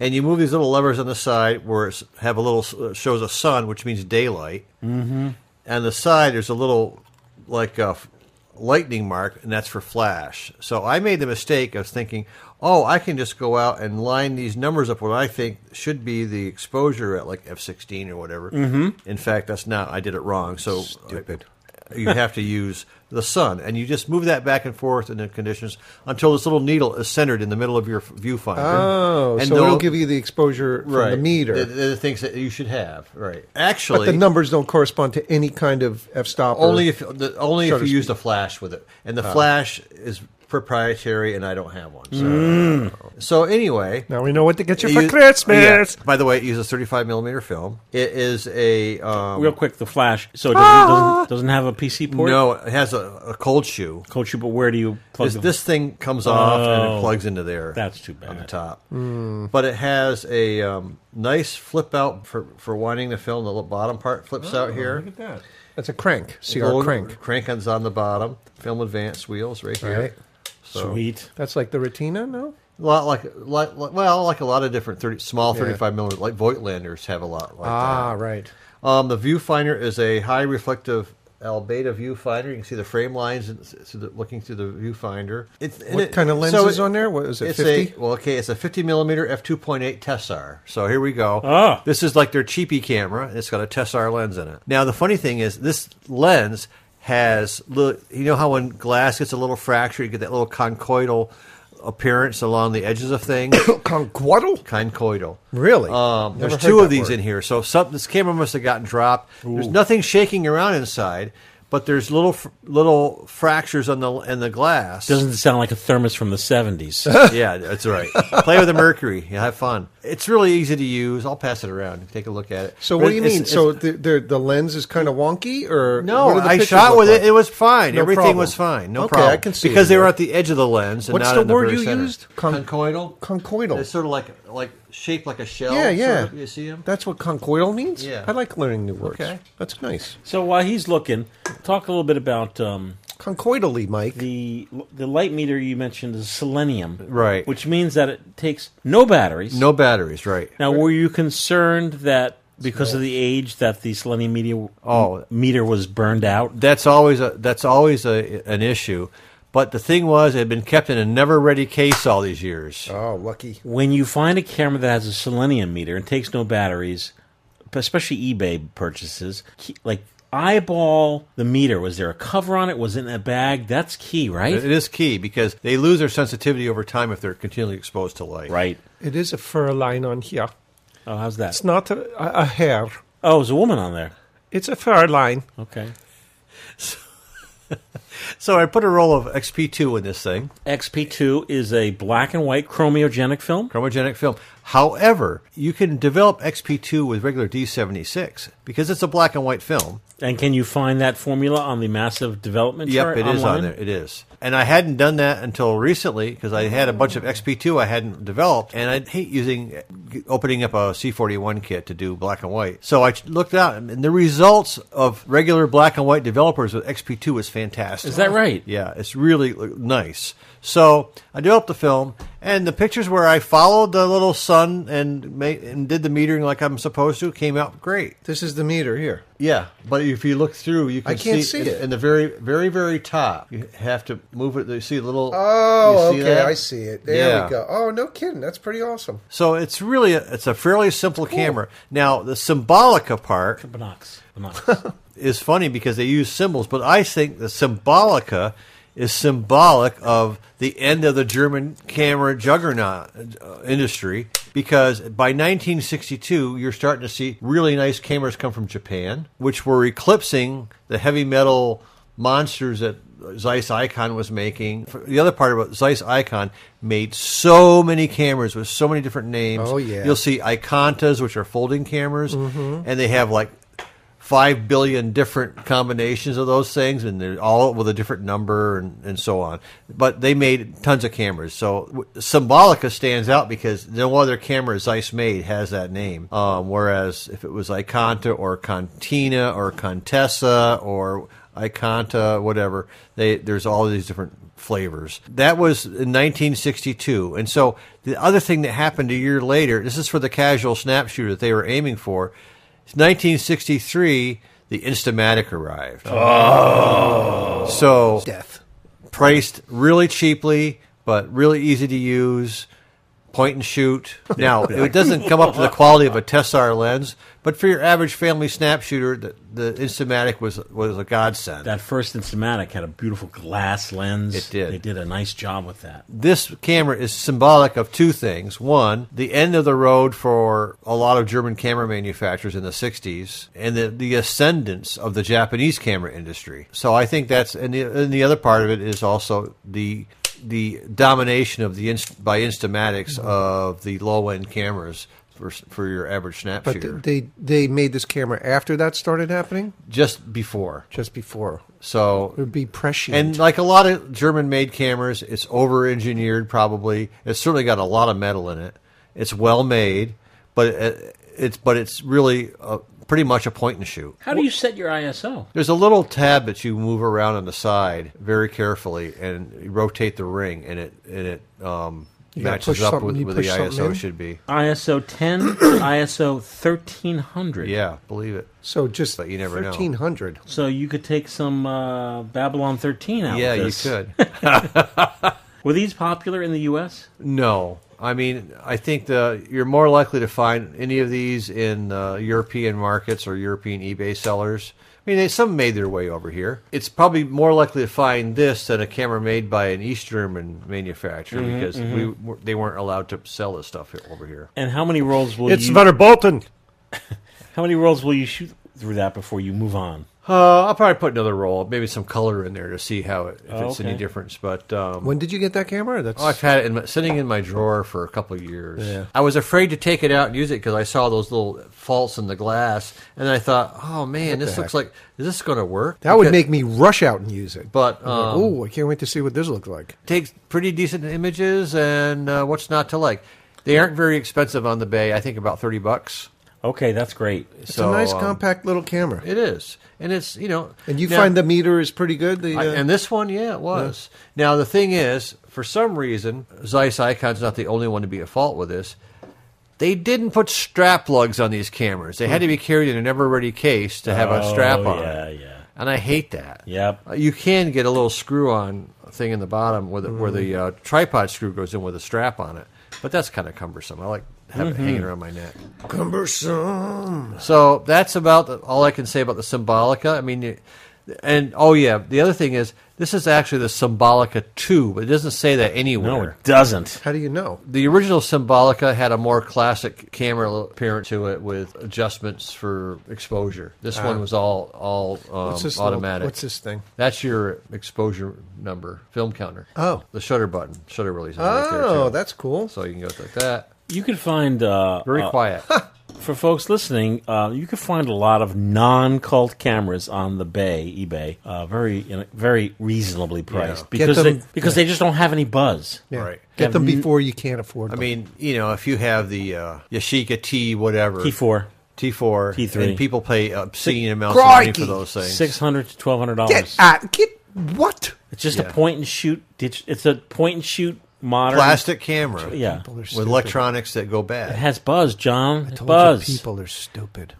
I: And you move these little levers on the side where it have a little s- uh, shows a sun, which means daylight.
B: Mhm.
I: And the side there's a little like a f- lightning mark, and that's for flash. So I made the mistake of thinking, oh, I can just go out and line these numbers up what I think should be the exposure at like f16 or whatever.
B: Mhm.
A: Mm-hmm.
I: In fact, that's not. I did it wrong. So stupid. you have to use the sun, and you just move that back and forth in the conditions until this little needle is centered in the middle of your f- viewfinder.
A: Oh,
I: and
A: so it'll
I: they'll-
A: give you the exposure from the
I: Right.
A: meter.
I: The, the things that you should have, right?
A: but
I: Actually,
A: the numbers don't correspond to any kind of f stop.
I: only if the, only if
A: shutter
I: you use
A: speed.
I: the flash with it, and the
A: Ah.
I: flash is proprietary, and I don't have one. So,
A: Mm.
I: so anyway,
A: now we know what to get you
I: it
A: for
I: use-
A: Christmas.
I: yeah. By the way, it uses 35 millimeter film. It is a um,
B: Real quick, the flash. So it doesn't, doesn't doesn't have a PC port.
I: Ah! No, it has a, a cold shoe.
B: Cold shoe, but where do you plug
I: This,
B: the-
I: this thing comes off and
B: Oh.
I: it plugs into there.
B: That's too bad.
I: on the top. But it has a um, nice flip out for for winding the film. The bottom part flips out here.
A: Look at that. That's a crank. CR
I: Little
A: crank.
I: Crank is on the bottom. Film advance wheels right here.
A: Right.
B: Sweet.
A: That's like the Retina, no?
I: A lot like, like, like- well, like a lot of different 30, small
A: Yeah.
I: 35 millimeter, like Voigtlanders have a lot like
A: Ah,
I: that.
A: right.
I: Um, the viewfinder is a high reflective L beta viewfinder. You can see the frame lines and s- through the, looking through the viewfinder. It's, and
A: What
I: it-
A: kind of lens
I: so
A: is on there? What is it,
I: It's
A: 50?
I: A, well, okay, it's a 50 millimeter f 2.8 Tessar. So here we go.
B: Ah.
I: This is like their cheapy camera. It's got a Tessar lens in it. Now the funny thing is, this lens has li- you know how when glass gets a little fractured, you get that little conchoidal appearance along the edges of
A: (coughs)
I: things.
A: conchoidal.
I: Conchoidal.
A: Really?
I: Um,
A: Never
I: there's
A: heard
I: two of
A: that
I: these
A: word.
I: in here. So some, this camera must have gotten dropped. There's
A: Ooh.
I: nothing shaking around inside, but there's little fr- little fractures on the in the glass. (laughs)
B: Doesn't sound like a thermos from the 70s.
I: yeah, that's right. Play with the mercury. Yeah, have fun. It's really easy to use. I'll pass it around. Take a look at it.
A: So
I: But
A: what do you
I: it's-
A: mean?
I: it's-
A: so the, the the lens is kind of wonky, or
I: No,
A: what do the
I: I
A: pictures
I: shot
A: look
I: with
A: like?
I: it. It was fine.
A: No
I: Everything
A: problem.
I: was fine. No
A: okay,
I: problem.
A: I can see
I: because
A: it
I: they
A: here.
I: were at the edge of the lens. And
A: What's
I: not
A: the
I: in the
A: word
I: very
A: you
I: center.
A: used?
I: Conchoidal.
A: Conchoidal.
I: It's sort of like like shaped like a shell.
A: yeah, yeah.
I: sort of. You see them?
A: That's what conchoidal means.
I: Yeah.
A: I like learning new words.
I: Okay.
A: that's nice.
B: So while he's looking, talk a little bit about um,
A: conchoidally, Mike.
B: The the light meter you mentioned is selenium,
I: Right.
B: Which means that it takes no batteries.
I: No batteries, right?
B: Now, were you concerned that because of the age that the selenium meter
I: Oh.
B: meter was burned out?
I: That's always a that's always a an issue. But the thing was, it had been kept in a never-ready case all these years.
A: Oh, lucky!
B: When you find a camera that has a selenium meter and takes no batteries, especially eBay purchases, key- like eyeball the meter. Was there a cover on it? Was it in a bag? That's key, right?
I: It is key because they lose their sensitivity over time if they're continually exposed to light.
B: Right.
A: It is a fur line on here.
B: Oh, how's that?
A: It's not a, a, a hair.
B: Oh, there's a woman on there.
A: It's a fur line.
B: Okay.
I: So I put a roll of XP2 in this thing.
B: XP2 is a black and white chromogenic film.
I: Chromogenic film. However, you can develop XP2 with regular D76 because it's a black and white film.
B: And can you find that formula on the massive development
I: Yep,
B: chart
I: it is on
B: online?
I: there. It is. And I hadn't done that until recently because I had a bunch of XP2 I hadn't developed, and I hate using opening up a C41 kit to do black and white. So I looked out, and the results of regular black and white developers with XP2 was fantastic.
B: Is that right?
I: Yeah, it's really l- nice. So I developed the film, and the pictures where I followed the little sun and, ma- and did the metering like I'm supposed to came out great.
A: This is the meter here.
I: Yeah, but if you look through, you can
A: I can't see
I: in,
A: it.
I: in the very, very, very top. You have to move it. You see a little.
A: Oh,
I: you
A: okay,
I: see that?
A: I see it. There
I: Yeah.
A: we go. Oh, no kidding. That's pretty awesome.
I: So it's really a, it's a fairly simple camera. Now the symbolica part
B: Binocs. (laughs)
I: is funny because they use symbols, but I think the symbolica is symbolic of the end of the German camera juggernaut uh, industry because by 1962 you're starting to see really nice cameras come from Japan, which were eclipsing the heavy metal monsters that Zeiss Icon was making. The other part about Zeiss Icon made so many cameras with so many different names.
A: Oh, yeah.
I: you'll see Icontas, which are folding cameras,
A: Mhm.
I: and they have like five billion different combinations of those things, and they're all with a different number and, and so on. But they made tons of cameras. So w- Symbolica stands out because no other camera Zeiss made has that name. Um, whereas if it was Iconta or Contina or Contessa or Iconta, whatever, they there's all these different flavors. That was in 1962. And so the other thing that happened a year later, this is for the casual snapshooter that they were aiming for, 1963, the Instamatic arrived.
B: Oh.
I: So
A: death.
I: Priced really cheaply, but really easy to use. Point and shoot. Now it doesn't come up to the quality of a Tessar lens, but for your average family snapshooter, the, the Instamatic was was a godsend.
B: That first Instamatic had a beautiful glass lens. It did. They did a nice job with that.
I: this camera is symbolic of two things. One, the end of the road for a lot of German camera manufacturers in the 60s and the, the ascendance of the Japanese camera industry. So I think that's, and the, and the other part of it is also the the domination of the inst, by instamatics
A: Mm-hmm.
I: of the low end cameras for, for your average
A: But
I: snapshooter.
A: they they made this camera after that started happening.
I: just before.
A: Just before.
I: So
A: It would be prescient.
I: And like a lot of German made cameras, it's over engineered probably. It's certainly got a lot of metal in it. It's well made, but it, it's but it's really uh pretty much a point and shoot.
B: How do you set your ISO?
I: There's a little tab that you move around on the side very carefully and you rotate the ring and it and it um,
B: You gotta
I: matches
B: push
I: up
B: something-
I: with
B: you
I: where the
B: push something
I: ISO
B: in?
I: should be.
B: ISO 10,
I: (clears throat)
B: ISO 1300.
I: Yeah, believe it.
A: So just
I: but you never know.
A: 1300.
B: So you could take some uh, Babylon 13 out.
I: Yeah,
B: with
I: you
B: this.
I: could.
B: Were these popular in the U.S.?
I: No, I mean I think the you're more likely to find any of these in uh, European markets or European eBay sellers. I mean, they, some made their way over here. It's probably more likely to find this than a camera made by an East German manufacturer
B: Mhm,
I: because
B: mhm.
I: we were- they weren't allowed to sell this stuff he- over here.
B: And how many rolls will you...
A: Bolton.
B: How many rolls will you shoot through that before you move on?
I: Uh, I'll probably put another roll, maybe some color in there to see how it, if
B: Oh,
I: it's any
B: okay.
I: difference. But um,
A: When did you get that camera? That's
I: Oh, I've had it in my, sitting in my drawer for a couple of years.
A: Yeah.
I: I was afraid to take it out and use it because I saw those little faults in the glass, and I thought, "Oh man,
A: What
I: this
A: the
I: looks
A: heck?
I: like is this going to work?"
A: that would
I: Because
A: make me rush out and use it.
I: But, um,
A: oh, I can't wait to see what this looks like.
I: it takes pretty decent images, and uh, what's not to like? They aren't very expensive on the bay. I think about thirty bucks.
B: Okay, that's great.
A: It's a nice
I: um,
A: compact little camera.
I: It is, and it's you know,
A: And you
I: now-
A: find the meter is pretty good. The,
I: I-
A: uh,
I: and this one, yeah, it was. Now the thing is, for some reason, Zeiss Icon's not the only one to be at fault with this. They didn't put strap lugs on these cameras. They had to be carried in an ever-ready case to have a
B: Oh,
I: strap on.
B: yeah,
I: yeah. And I hate that.
B: Yep.
I: Uh, You can get a little screw-on thing in the bottom where the, where the uh, tripod screw goes in with a strap on it, but that's kind of cumbersome. I like having it
A: Mhm.
I: hanging around my neck.
A: Cumbersome.
I: So that's about the, all I can say about the Symbolica. I mean, you- and oh yeah, the other thing is this is actually the Symbolica two, but it doesn't say that anywhere.
B: No, it doesn't.
A: How do you know?
I: The original Symbolica had a more classic camera appearance to it, with adjustments for exposure. This
A: Ah.
I: one was all all um,
A: What's this little-
I: automatic.
A: what's this thing?
I: That's your exposure number, film counter.
A: Oh.
I: the shutter button, shutter release. is
A: Oh,
I: too.
A: that's cool.
I: So you can go like that.
B: You could find uh,
I: Very
B: uh,
I: (laughs) quiet.
B: for folks listening. Uh, you could find a lot of non-cult cameras on the Bay eBay, uh, very you know, very reasonably priced
I: Yeah. Get
B: because
I: them-
B: they, because they just don't have any buzz.
A: Yeah.
I: Right.
A: Get
B: Have
A: them
B: n-
A: before you can't afford
I: I
A: them.
I: mean, you know, if you have the uh, Yashica T whatever
B: T4.
I: T4
B: T3.
I: and people pay obscene amounts of money for those things.
B: Six hundred to twelve hundred dollars.
A: Get out. Get What?
B: It's just
I: Yeah.
B: a point and shoot. dig- It's a point and shoot modern
I: Plastic camera.
B: Yeah,
I: With electronics that go bad.
B: It has buzz, John. It
A: I told
B: buzz.
A: you people are stupid.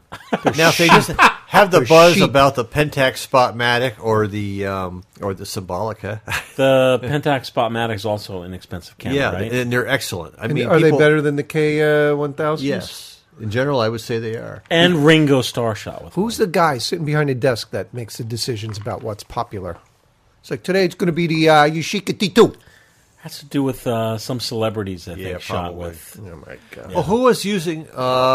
I: now, if they just have the
A: They're
I: buzz
A: sheep.
I: about the Pentax Spotmatic or the um, or the Symbolica, (laughs)
B: The Pentax Spotmatic is also an expensive camera,
I: yeah,
B: right?
I: and they're excellent. I
A: And
I: mean,
A: are they
I: people-
A: better than the K uh, one thousand?
I: Yes, in general, I would say they are.
B: And Ringo Starr shot with.
A: Who's the guy sitting behind a desk that makes the decisions about what's popular? It's like today it's going to be the uh, Yashica T2.
B: Has to do with uh, some celebrities that
I: Yeah,
B: they shot
I: probably.
B: with.
A: Oh my god!
I: Well, who was using? Uh,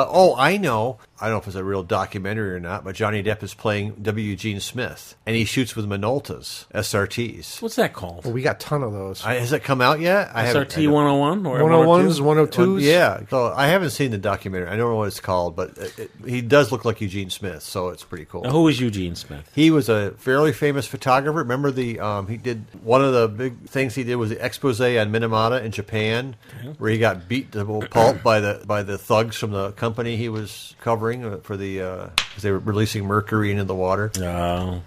I: oh, I know. I don't know if it's a real documentary or not, but Johnny Depp is playing W. Gene Smith, and he shoots with Minoltas SRTs.
B: What's that called?
A: Well, we got a ton of those.
I: I, has that come out yet? I haven't- I
B: SRT
I: don't-
B: 101 or
A: 101s, 102s?
I: Yeah, so I haven't seen the documentary. I don't know what it's called, but it, it, he does look like Eugene Smith, so it's pretty cool.
A: Oh,
B: Now, who is Eugene Smith?
I: He was a fairly famous photographer. Remember the um, he did one of the big things he did was the expose on Minamata in Japan,
B: Okay.
I: where he got beat to pulp by the by the thugs from the company he was covering uh, for the uh 'cause they were releasing mercury into the water.
B: No.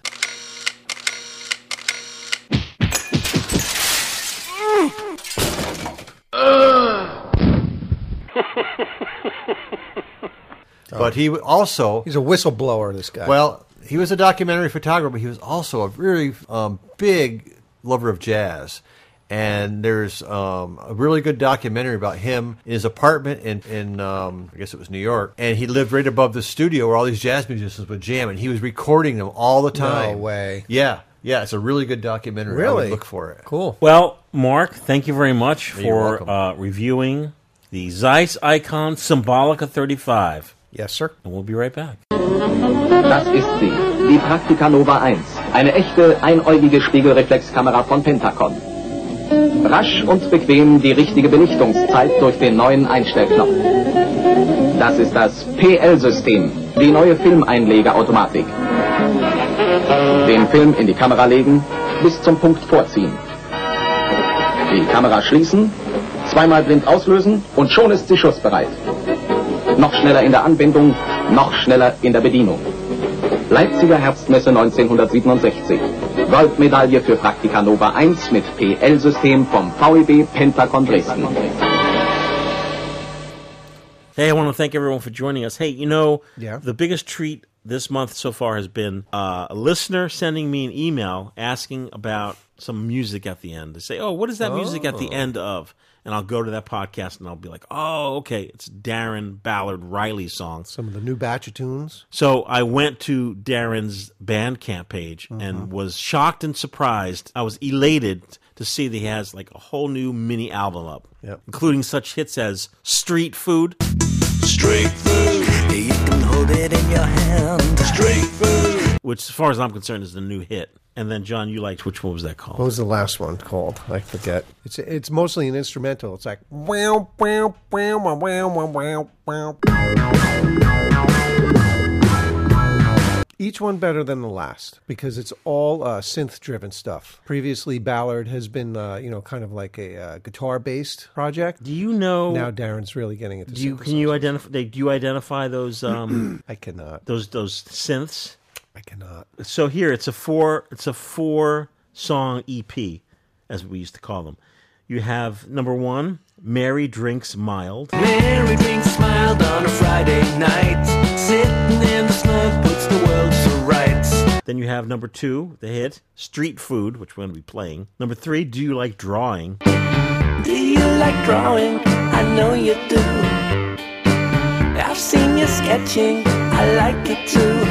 I: But he also
A: he's a whistleblower. This guy.
I: Well, he was a documentary photographer, but he was also a really um, big lover of jazz. And there's um, a really good documentary about him in his apartment in, in um, I guess it was New York. And he lived right above the studio where all these jazz musicians would jam, and he was recording them all the time.
A: way.
I: Yeah, yeah, it's a really good documentary. I would
A: Really?
I: look for it.
A: Cool.
B: Well, Mark, thank you very much
I: You're
B: for
I: welcome.
B: uh, reviewing the Zeiss Icon Symbolica 35.
A: Yes, sir.
B: And we'll be right back.
M: Das ist sie, die Praktika Nova 1. Eine echte einäugige Spiegelreflexkamera von Pentacon. Rasch und bequem die richtige Belichtungszeit durch den neuen Einstellknopf. Das ist das PL-System, die neue Filmeinlegeautomatik. Den Film in die Kamera legen, bis zum Punkt vorziehen. Die Kamera schließen, zweimal blind auslösen und schon ist sie schussbereit. Noch schneller in der Anbindung, noch schneller in der Bedienung. Leipziger Herbstmesse 1967. Goldmedaille für Praktika Nova 1 mit PL-System vom VEB Pentacon Dresden.
B: Hey, I want to thank everyone for joining us. Hey, you know,
A: Yeah.
B: the biggest treat this month so far has been uh, a listener sending me an email asking about some music at the end. They say, "Oh, what is that music at the
A: Oh.
B: end of?" And I'll go to that podcast and I'll be like, "Oh, okay, it's Darren Ballard Riley song."
A: Some of the new batch of tunes.
B: So I went to Darren's Bandcamp page
A: Uh-huh.
B: and was shocked and surprised. I was elated to see that he has like a whole new mini album up,
A: Yep.
B: including such hits as Street Food.
N: Straight food. You can hold it in your hand. Straight food.
B: which, as far as I'm concerned, is the new hit. And then, John, you liked which one was that called?
A: What was the last one called? I forget. It's it's mostly an instrumental. It's like wow, wow, wow, wow, wow, wow, wow, wow. Each one better than the last because it's all uh, synth-driven stuff. Previously, Ballard has been, uh, you know, kind of like a uh, guitar-based project.
B: Do you know?
A: Now Darren's really getting into.
B: do you
A: synthesizer.
B: can you identify? Do you identify those? Um, (clears throat)
A: I cannot.
B: Those those synths.
A: I cannot.
B: So here it's a four it's a four song EP, as we used to call them. You have number one, Mary drinks mild.
N: Mary drinks smiled on a Friday night. Sitting in the snug puts the world to rights.
B: Then you have number two, the hit Street Food, which we're going to be playing. Number three, Do You Like Drawing?
N: Do you like drawing? I know you do. I've seen you sketching. I like it too.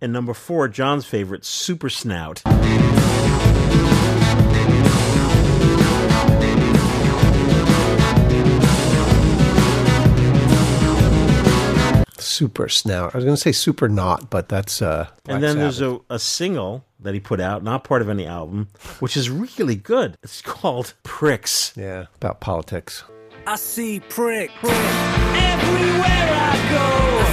B: And number four, John's favorite, Super Snout.
A: Super snout. I was going to say super not, but that's. Uh,
B: and then there's a, a single that he put out, not part of any album, which is really good. It's called Pricks.
A: Yeah, about politics.
N: I see prick, everywhere I go. I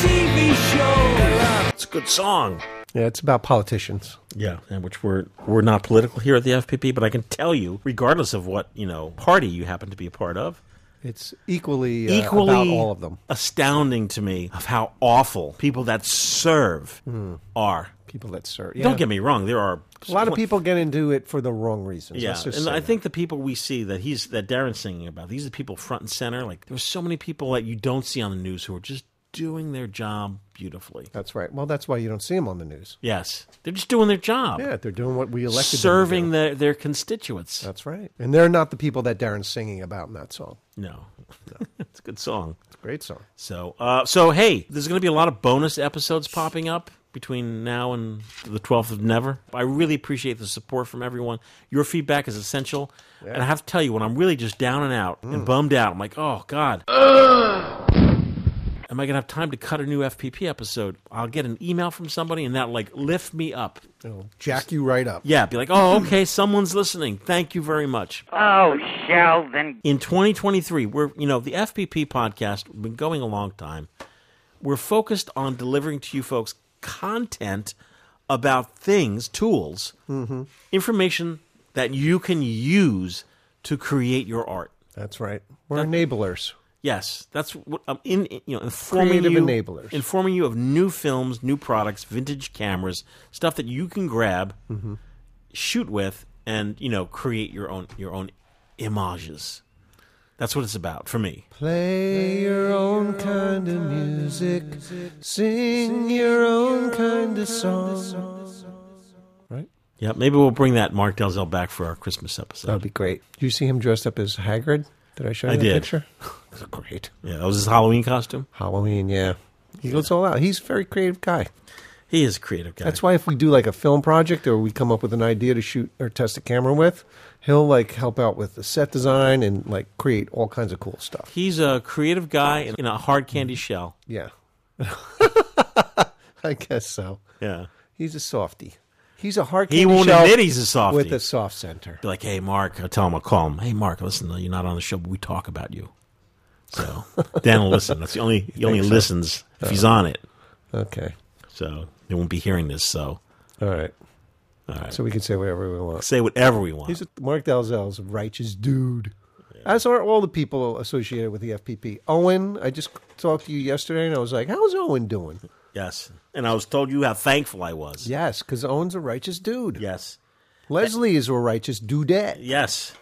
N: see prick, on the TV show.
B: It's a good song.
A: Yeah, it's about politicians.
B: Yeah, and which we're we're not political here at the FPP, but I can tell you, regardless of what you know party you happen to be a part of,
A: It's equally, uh, about all of them.
B: astounding to me of how awful people that serve
A: Mm.
B: are.
A: People that serve. yeah.
B: Don't get me wrong. There are
A: A lot of
B: pl-
A: people get into it for the wrong reasons.
B: Yeah,
A: Let's just
B: and
A: say
B: I
A: that.
B: think the people we see that he's that Darren's singing about these are people front and center. Like there's so many people that you don't see on the news who are just doing their job beautifully.
A: that's right. Well, that's why you don't see them on the news.
B: Yes, they're just doing their job.
A: Yeah, they're doing what we elected. them
B: serving their their constituents.
A: That's right. to do. and they're not the people that Darren's singing about in that song.
B: No, (laughs) it's a good song. It's
A: a great song.
B: So, uh, so hey, there's going to be a lot of bonus episodes popping up between now and the 12th of Never. I really appreciate the support from everyone. Your feedback is essential,
A: Yeah.
B: and I have to tell you, when I'm really just down and out and bummed out, I'm like, oh god. Am I gonna have time to cut a new FPP episode? I'll get an email from somebody, and that like lift me up.
A: It'll jack you right up.
B: Yeah, be like, oh, okay, someone's listening. Thank you very much.
J: Oh, Sheldon.
B: In 2023, we're, you know, the FPP podcast, we've been going a long time. We're focused on delivering to you folks content about things, tools,
A: Mhm.
B: information that you can use to create your art.
A: That's right. We're enablers.
B: Yes, that's what I'm in, in- you know, informing
A: Creative
B: you
A: enablers.
B: informing you of new films, new products, vintage cameras, stuff that you can grab,
A: Mhm.
B: shoot with and, you know, create your own your own images. That's what it's about for me.
A: Play your own kind of music. Sing your own kind of song.
B: Yeah, maybe we'll bring that Mark Delzell back for our Christmas episode.
A: That'd be great. Do you see him dressed up as Hagrid? Did I show you
B: I
A: that
B: did.
A: picture? It's great.
B: Yeah, that was his Halloween costume.
A: Halloween, yeah. He goes all out. He's a very creative guy.
B: He is a creative guy.
A: That's why if we do like a film project or we come up with an idea to shoot or test a camera with, he'll like help out with the set design and like create all kinds of cool stuff.
B: He's a creative guy in in a hard candy shell.
A: Yeah. (laughs) I guess so.
B: Yeah.
A: He's a softie. He's a hard
B: He
A: candy
B: won't
A: shell
B: admit he's a softie.
A: With a soft center.
B: Be like, hey, Mark, I'll tell him, I'll call him. Hey, Mark, listen, you're not on the show, but we talk about you. So (laughs) Dan will listen. That's the only, he
A: You
B: only
A: think so?
B: listens if he's
A: Uh,
B: on it.
A: Okay.
B: So he won't be hearing this. So,
A: all right.
B: All right.
A: So we can say whatever we want.
B: Say whatever we want.
A: He's a, Mark Dalzell's a righteous dude. As are all the people associated with the FPP. Owen, I just talked to you yesterday, and I was like, "How's Owen doing?"
B: Yes. And I was told you how thankful I was.
A: Yes, because Owen's a righteous dude.
B: Yes.
A: Leslie is a righteous dudette.
B: Yes.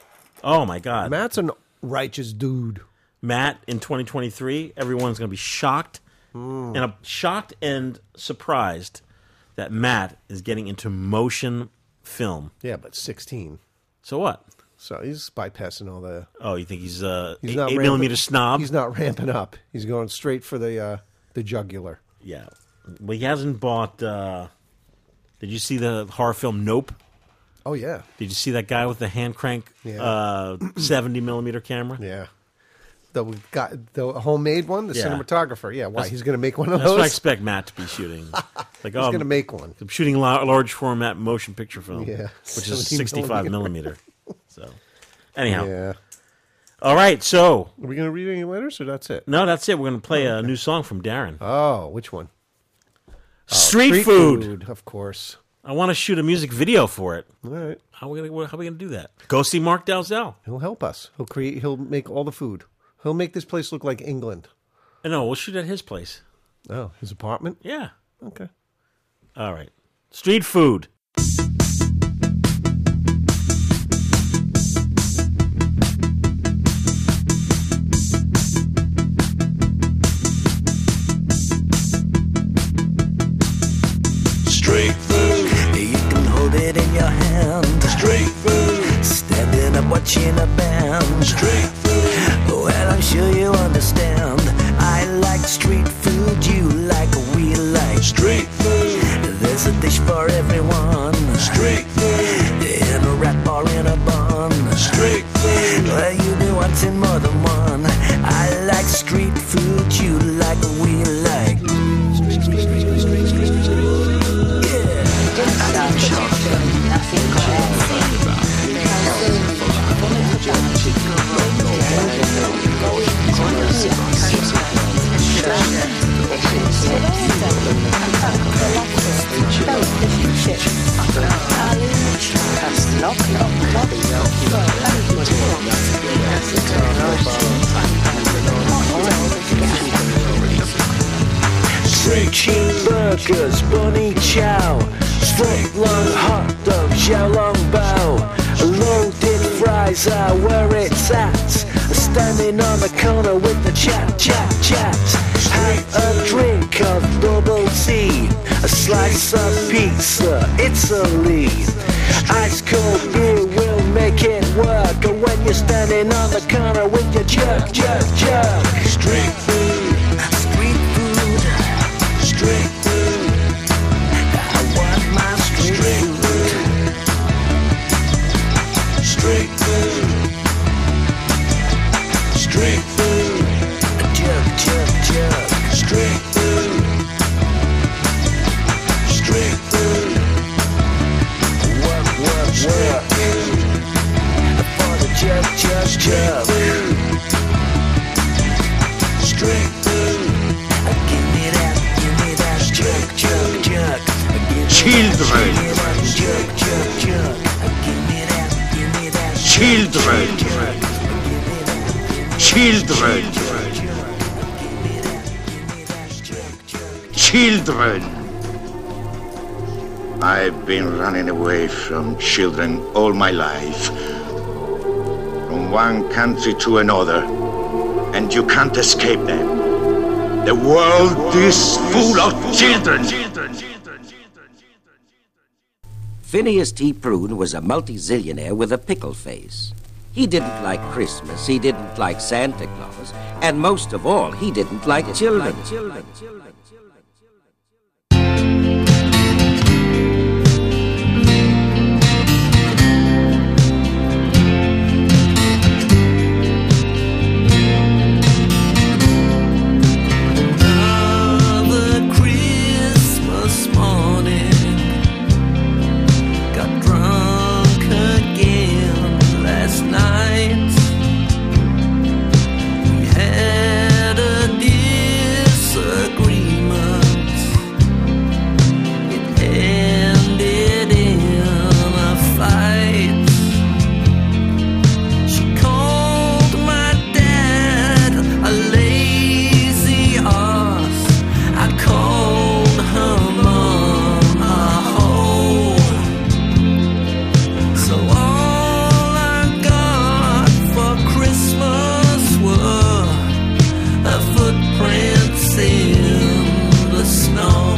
B: Oh, my God.
A: Matt's an righteous dude.
B: Matt, in 2023, everyone's going to be shocked
A: Hmm.
B: and I'm shocked and surprised that Matt is getting into motion film.
A: Yeah, but 16.
B: So what?
A: So he's bypassing all the.
B: Oh, you think he's uh,
A: He's
B: eight,
A: not
B: eight
A: ramping-
B: millimeter snob?
A: He's not ramping up. He's going straight for the uh, the jugular.
B: Yeah. Well, he hasn't bought. Uh, did you see the horror film Nope?
A: Oh yeah.
B: Did you see that guy with the hand crank
A: Yeah.
B: uh, seventy millimeter camera?
A: Yeah. The we got the homemade one, the
B: Yeah.
A: cinematographer. Yeah, why
B: That's-
A: he's going to make one of
B: That's
A: those?
B: what I expect Matt to
A: (laughs)
B: be shooting. like, oh,
A: He's gonna make one.
B: I'm shooting la- large format motion picture film.
A: Yeah,
B: which is
A: 70
B: sixty-five millimeter.
A: millimeter.
B: so, anyhow,
A: Yeah.
B: All right, so
A: Are we going to read any letters or that's it?
B: no, that's it. We're going to play a new song from Darren.
A: Mm. Oh, which one?
B: street, food.
A: Of course.
B: I want to shoot a music video for it.
A: All right.
B: How are we going to do that? Go see Mark Dalzell.
A: He'll help us. He'll create he'll make all the food. He'll make this place look like England.
B: Uh, No, we'll shoot at his place.
A: Oh, his apartment?
B: Yeah.
A: Okay.
B: All right. Street food.
O: Straight food. You can hold it in your hand. Straight food. Standing up watching a band. Straight food. Well, I'm sure you understand. I like street food. You like. We like street food. There's a dish for everyone. Street food. In a wrap or in a bun. Street food. Well, you do wanting more than one. I like street food. You like. We like. Snickers, bunny chow, foot long hot dog, Xiaolong bao, loaded fries are where it's at. Standing on the corner with the chat, chat, chat. Have a drink of bubble tea, a slice of pizza, Italy. Ice cold beer will make it work. And when you're standing on the corner with your jerk, jerk, jerk. Street food, street food, street food. I want my street food. Street food, street food. Jerk, jerk, jerk. Street food, street food. Work, work, work. For the jerk, jerk, jerk. Straight food. Give me that, give me that. Jerk, jerk, jerk.
P: Children.
O: Jerk, jerk, jerk.
P: Children. Children. Children. I've been running away from children all my life. From one country to another. And you can't escape them. The world is full of children.
G: Phineas T. Prune was a multi-zillionaire with a pickle face. He didn't like Christmas, he didn't like Santa Claus, and most of all, he didn't like children.
O: Another Christmas morning got drunk again last night. We had a disagreement. It ended in a fight. She called my dad a lazy ass. I called her mom a hoe. So all I got for Christmas were her footprints in the snow.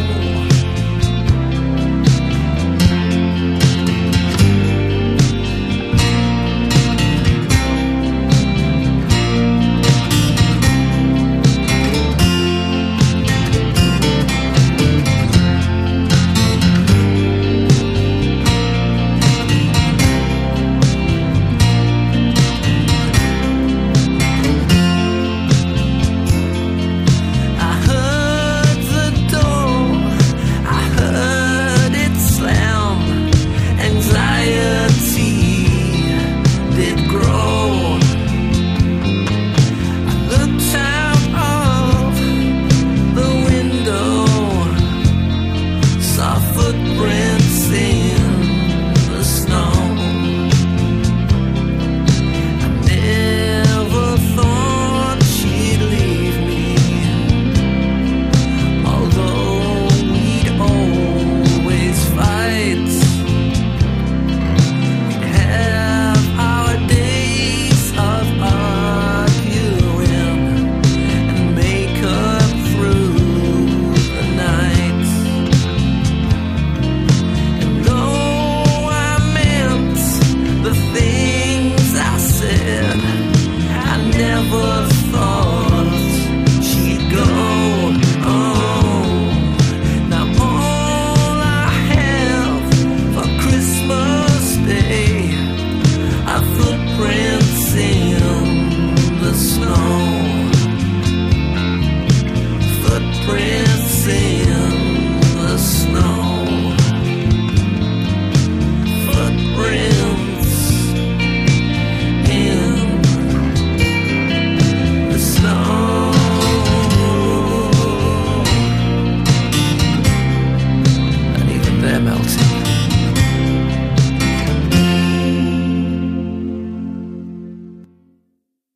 O: I heard the door, I heard it slam. Anxiety did grow. Oh,